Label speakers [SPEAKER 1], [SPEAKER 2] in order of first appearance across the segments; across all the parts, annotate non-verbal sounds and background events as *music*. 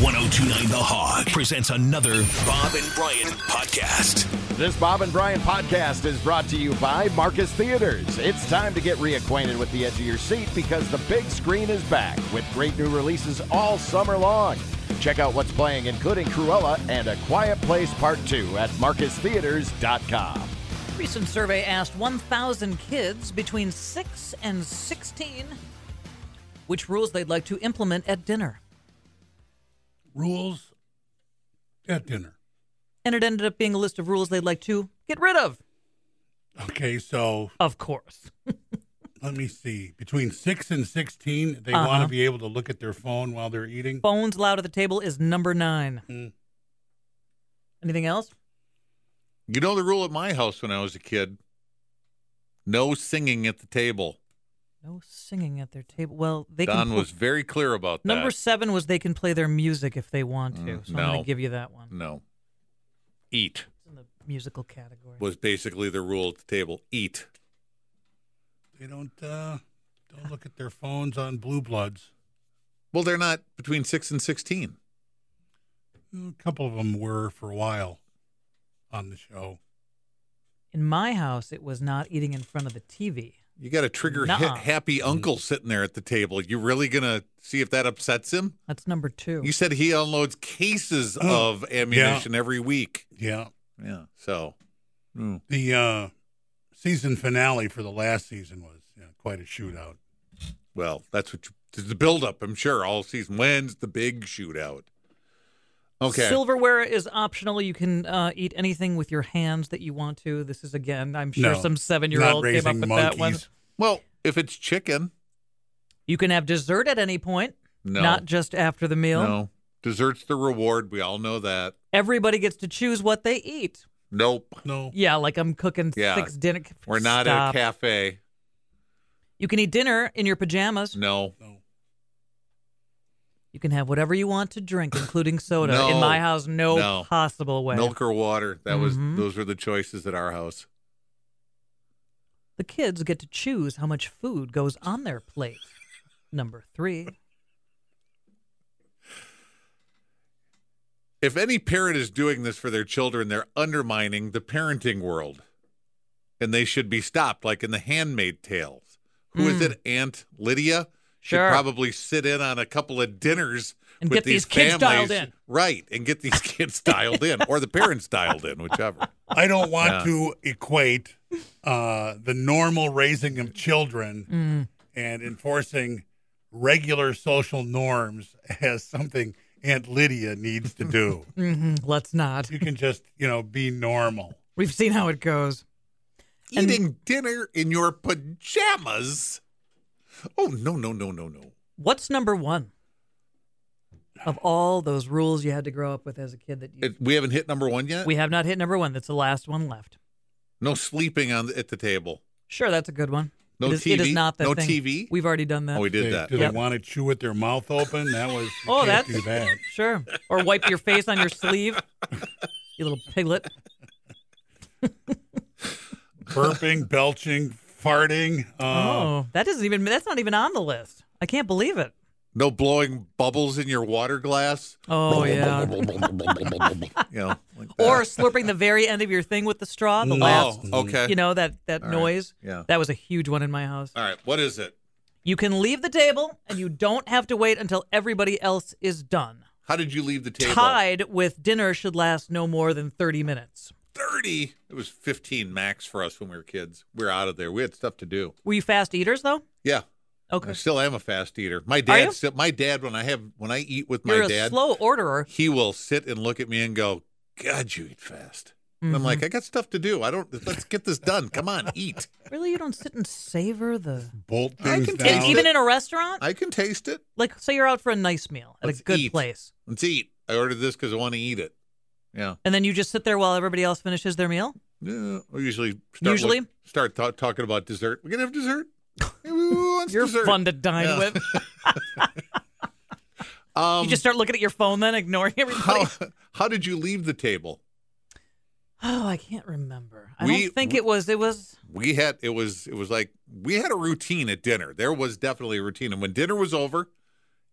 [SPEAKER 1] 1029 The Hog presents another Bob and Brian podcast.
[SPEAKER 2] This Bob and Brian podcast is brought to you by Marcus Theaters. It's time to get reacquainted with the edge of your seat because the big screen is back with great new releases all summer long. Check out what's playing, including Cruella and A Quiet Place Part 2 at marcustheaters.com.
[SPEAKER 3] Recent survey asked 1,000 kids between 6 and 16 which rules they'd like to implement at dinner.
[SPEAKER 4] rules at dinner.
[SPEAKER 3] And it ended up being a list of rules they'd like to get rid of,
[SPEAKER 4] Okay, so
[SPEAKER 3] of course.
[SPEAKER 4] let me see. Between six and sixteen, they want
[SPEAKER 3] Uh-huh.
[SPEAKER 4] to be able to look at their phone while they're eating.
[SPEAKER 3] Phones loud at the table is number 9.
[SPEAKER 5] Hmm.
[SPEAKER 4] Mm.
[SPEAKER 3] Anything else?
[SPEAKER 5] You know the rule at my house when I was a kid? No singing at the table.
[SPEAKER 3] No singing at their table. Well, they can
[SPEAKER 5] Don
[SPEAKER 3] pl-
[SPEAKER 5] was very clear about that.
[SPEAKER 3] Number 7 was they can play their music if they want to.
[SPEAKER 5] Mm,
[SPEAKER 3] so I'm going
[SPEAKER 5] no. Mm.
[SPEAKER 3] to give you that one.
[SPEAKER 5] no. Eat
[SPEAKER 3] It's in the musical category.
[SPEAKER 5] was basically the rule at the table. Eat.
[SPEAKER 4] They don't uh, don't look at their phones on Blue Bloods.
[SPEAKER 5] Well, they're not between 6 and 16.
[SPEAKER 4] A couple of them were for a while on the show.
[SPEAKER 3] In my house, it was not eating in front of the TV.
[SPEAKER 5] You got a trigger
[SPEAKER 3] Nuh-uh.
[SPEAKER 5] hit happy uncle sitting there at the table. You really going to see if that upsets him?
[SPEAKER 3] That's number 2.
[SPEAKER 5] You said he unloads cases
[SPEAKER 3] Mm.
[SPEAKER 5] of ammunition every week.
[SPEAKER 4] Yeah,
[SPEAKER 5] Yeah. So, mm.
[SPEAKER 4] the uh, season finale for the last season was yeah, quite a shootout.
[SPEAKER 5] Well, that's what you, the buildup, I'm sure, all season. When's the big shootout? Okay.
[SPEAKER 3] Silverware is optional. You can uh, eat anything with your hands that you want to. This is again, I'm sure
[SPEAKER 4] No,
[SPEAKER 3] some
[SPEAKER 4] not
[SPEAKER 3] seven-year-old came up
[SPEAKER 4] raising
[SPEAKER 3] with that one.
[SPEAKER 4] monkeys.
[SPEAKER 5] well, if it's chicken,
[SPEAKER 3] You can have dessert at any point,
[SPEAKER 5] no.
[SPEAKER 3] not just after the meal.
[SPEAKER 5] No. Dessert's the reward. We all know that.
[SPEAKER 3] Everybody gets to choose what they eat.
[SPEAKER 5] Nope.
[SPEAKER 4] No,
[SPEAKER 3] Yeah, like I'm cooking
[SPEAKER 5] Yeah.
[SPEAKER 3] six dinner.
[SPEAKER 5] We're not
[SPEAKER 3] Stop.
[SPEAKER 5] at a cafe.
[SPEAKER 3] You can eat dinner in your pajamas.
[SPEAKER 5] No.
[SPEAKER 4] no.
[SPEAKER 3] You can have whatever you want to drink, including soda.
[SPEAKER 5] No.
[SPEAKER 3] In my house, no,
[SPEAKER 5] No.
[SPEAKER 3] possible way.
[SPEAKER 5] Milk or water. That
[SPEAKER 3] Mhm.
[SPEAKER 5] was those were the choices at our house.
[SPEAKER 3] The kids get to choose how much food goes on their plate. Number three.
[SPEAKER 5] If any parent is doing this for their children, they're undermining the parenting world. And they should be stopped, like in the handmaid tales. Who is it? Aunt Lydia?
[SPEAKER 3] Hmm. Sure.
[SPEAKER 5] Should probably sit in on a couple of dinners
[SPEAKER 3] And
[SPEAKER 5] with
[SPEAKER 3] get these kids dialed in.
[SPEAKER 5] families. Right. And get these *laughs* kids dialed in. Or the parents dialed in, whichever.
[SPEAKER 4] I don't want
[SPEAKER 5] Yeah.
[SPEAKER 4] to equate uh, the normal raising of children
[SPEAKER 3] Mm.
[SPEAKER 4] and enforcing regular social norms as something Aunt Lydia needs
[SPEAKER 3] *laughs*
[SPEAKER 4] to do.
[SPEAKER 3] Mm, Let's not.
[SPEAKER 4] you can just, you know, be normal.
[SPEAKER 3] We've seen how it goes. And-
[SPEAKER 5] Eating dinner in your pajamas. Oh no, no, no, no, no.
[SPEAKER 3] What's number one of all those rules you had to grow up with as a kid that you,
[SPEAKER 5] It, we haven't hit number one yet?
[SPEAKER 3] we have not hit number one? That's the last one left.
[SPEAKER 5] no sleeping on the, at the table.
[SPEAKER 3] Sure, that's a good one.
[SPEAKER 5] No
[SPEAKER 3] it is, It is
[SPEAKER 5] TV?
[SPEAKER 3] not the
[SPEAKER 5] No
[SPEAKER 3] thing.
[SPEAKER 5] TV?
[SPEAKER 3] We've already done that.
[SPEAKER 5] Oh, we
[SPEAKER 4] they,
[SPEAKER 5] did that.
[SPEAKER 4] Do
[SPEAKER 3] Yep.
[SPEAKER 4] they want to chew with their mouth open? That was. You
[SPEAKER 3] Oh,
[SPEAKER 4] can't
[SPEAKER 3] that's
[SPEAKER 4] do that.
[SPEAKER 3] sure. Or wipe your face on your sleeve, *laughs* you little piglet.
[SPEAKER 5] Uh,
[SPEAKER 4] Burping, belching, farting. Uh,
[SPEAKER 3] oh, that doesn't even. That's not even on the list. I can't believe it.
[SPEAKER 5] No blowing bubbles in your water
[SPEAKER 3] *laughs*
[SPEAKER 5] glass.
[SPEAKER 3] Oh yeah.
[SPEAKER 5] you
[SPEAKER 1] *laughs*
[SPEAKER 5] know, like that.
[SPEAKER 3] Or slurping the very end of your thing with the straw. The last,
[SPEAKER 5] oh, okay.
[SPEAKER 3] you know that that
[SPEAKER 5] All right.
[SPEAKER 3] noise.
[SPEAKER 5] Yeah.
[SPEAKER 3] That was a huge one in my house.
[SPEAKER 5] All right, what is it?
[SPEAKER 3] You can leave the table, and you don't have to wait until everybody else is done.
[SPEAKER 5] How did you leave the table?
[SPEAKER 3] tied with dinner should last no more than 30 minutes.
[SPEAKER 5] Thirty. It was fifteen max for us when we were kids. We were out of there. We had stuff to do.
[SPEAKER 3] Were you fast eaters though?
[SPEAKER 5] Yeah. I
[SPEAKER 3] Okay.
[SPEAKER 5] still am a fast eater. My
[SPEAKER 3] you?
[SPEAKER 5] dad still, my dad when I have when I eat with my
[SPEAKER 3] You're a
[SPEAKER 5] dad,
[SPEAKER 3] slow orderer.
[SPEAKER 5] he will sit and look at me and go, God, you eat fast. And I'm
[SPEAKER 3] Mm-hmm.
[SPEAKER 5] like, I got stuff to do. I don't, let's get this done. Come on, eat.
[SPEAKER 3] Really, you don't sit and savor the
[SPEAKER 4] Bolt
[SPEAKER 5] I
[SPEAKER 4] things
[SPEAKER 5] can
[SPEAKER 4] down.
[SPEAKER 5] take
[SPEAKER 3] and even in a restaurant?
[SPEAKER 5] I can taste it.
[SPEAKER 3] Like say you're out for a nice meal at
[SPEAKER 5] Let's
[SPEAKER 3] a good
[SPEAKER 5] eat.
[SPEAKER 3] place.
[SPEAKER 5] Let's eat. I ordered this because I want to eat it. Yeah.
[SPEAKER 3] And then you just sit there while everybody else finishes their meal?
[SPEAKER 5] yeah we usually start,
[SPEAKER 3] Usually?
[SPEAKER 5] look- start ta- talking about dessert. We're going to
[SPEAKER 3] *laughs*
[SPEAKER 5] have dessert. Who wants
[SPEAKER 3] You're
[SPEAKER 5] dessert?
[SPEAKER 3] fun to dine
[SPEAKER 5] Yeah. *laughs*
[SPEAKER 3] with.
[SPEAKER 5] Um,
[SPEAKER 3] you just start looking at your phone then, ignoring everybody.
[SPEAKER 5] *laughs* how, how did you leave the table?
[SPEAKER 3] Oh, I can't remember. I
[SPEAKER 5] We-
[SPEAKER 3] don't think it was it was
[SPEAKER 5] we had it was it was like we had a routine at dinner. There was definitely a routine, and when dinner was over,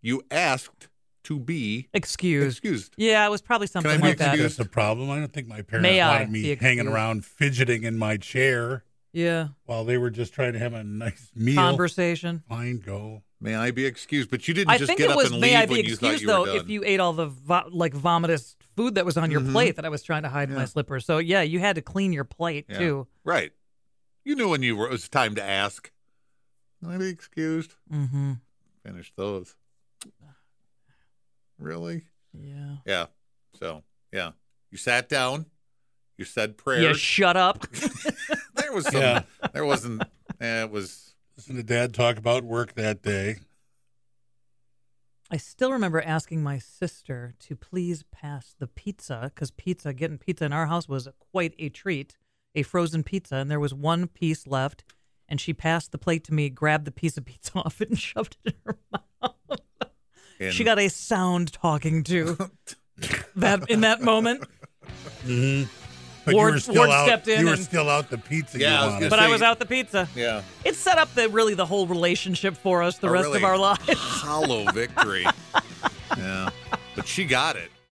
[SPEAKER 5] you asked to be
[SPEAKER 3] Excused.
[SPEAKER 5] excused.
[SPEAKER 3] Yeah, it was probably something
[SPEAKER 5] be
[SPEAKER 4] I
[SPEAKER 3] like
[SPEAKER 4] think
[SPEAKER 3] that.
[SPEAKER 5] excused?
[SPEAKER 4] that's the problem. I don't think my parents
[SPEAKER 3] May I
[SPEAKER 4] wanted
[SPEAKER 3] be
[SPEAKER 4] me
[SPEAKER 3] excused?
[SPEAKER 4] hanging around fidgeting in my chair
[SPEAKER 3] Yeah,
[SPEAKER 4] while they were just trying to have a nice meal.
[SPEAKER 3] conversation.
[SPEAKER 4] Fine, go.
[SPEAKER 5] May I be excused? But you didn't
[SPEAKER 3] I
[SPEAKER 5] just
[SPEAKER 3] think
[SPEAKER 5] get
[SPEAKER 3] it
[SPEAKER 5] up
[SPEAKER 3] was
[SPEAKER 5] and
[SPEAKER 3] may
[SPEAKER 5] leave
[SPEAKER 3] I be
[SPEAKER 5] when you thought
[SPEAKER 3] excused
[SPEAKER 5] you
[SPEAKER 3] though
[SPEAKER 5] were done. Mm-hmm.
[SPEAKER 3] if you ate all the vo- like vomitous food that was on your plate that I was trying to hide in my slippers. So yeah, you had to clean your plate
[SPEAKER 5] Yeah.
[SPEAKER 3] too.
[SPEAKER 5] Right. You knew when you were. It was time to ask. Can I be excused?
[SPEAKER 3] Mm-hmm.
[SPEAKER 5] Finish those. Really?
[SPEAKER 3] Yeah.
[SPEAKER 5] Yeah. So yeah, you sat down. You said prayers.
[SPEAKER 3] Yeah. Shut up.
[SPEAKER 5] there was some.
[SPEAKER 4] Yeah.
[SPEAKER 5] There wasn't. eh, it was.
[SPEAKER 4] Listen to dad talk about work that day.
[SPEAKER 3] I still remember asking my sister to please pass the pizza because pizza, getting pizza in our house was quite a treat, a frozen pizza, and there was one piece left. And she passed the plate to me, grabbed the piece of pizza *laughs* off it, and shoved it in her mouth.
[SPEAKER 5] In,
[SPEAKER 3] She got a sound talking
[SPEAKER 5] *laughs*
[SPEAKER 3] to that in that moment.
[SPEAKER 4] But
[SPEAKER 3] Ward-
[SPEAKER 4] you were still
[SPEAKER 3] Ward
[SPEAKER 4] out.
[SPEAKER 3] stepped in
[SPEAKER 4] you were
[SPEAKER 3] and-
[SPEAKER 4] still out the pizza.
[SPEAKER 5] Yeah, I
[SPEAKER 4] you
[SPEAKER 5] was
[SPEAKER 4] wanted.
[SPEAKER 5] gonna
[SPEAKER 3] But I
[SPEAKER 5] say-
[SPEAKER 3] was out the pizza.
[SPEAKER 5] Yeah.
[SPEAKER 3] It set up the really the whole relationship for us the
[SPEAKER 5] A
[SPEAKER 3] rest
[SPEAKER 5] really
[SPEAKER 3] of our lives.
[SPEAKER 5] *laughs* Hollow victory. yeah. But she got it.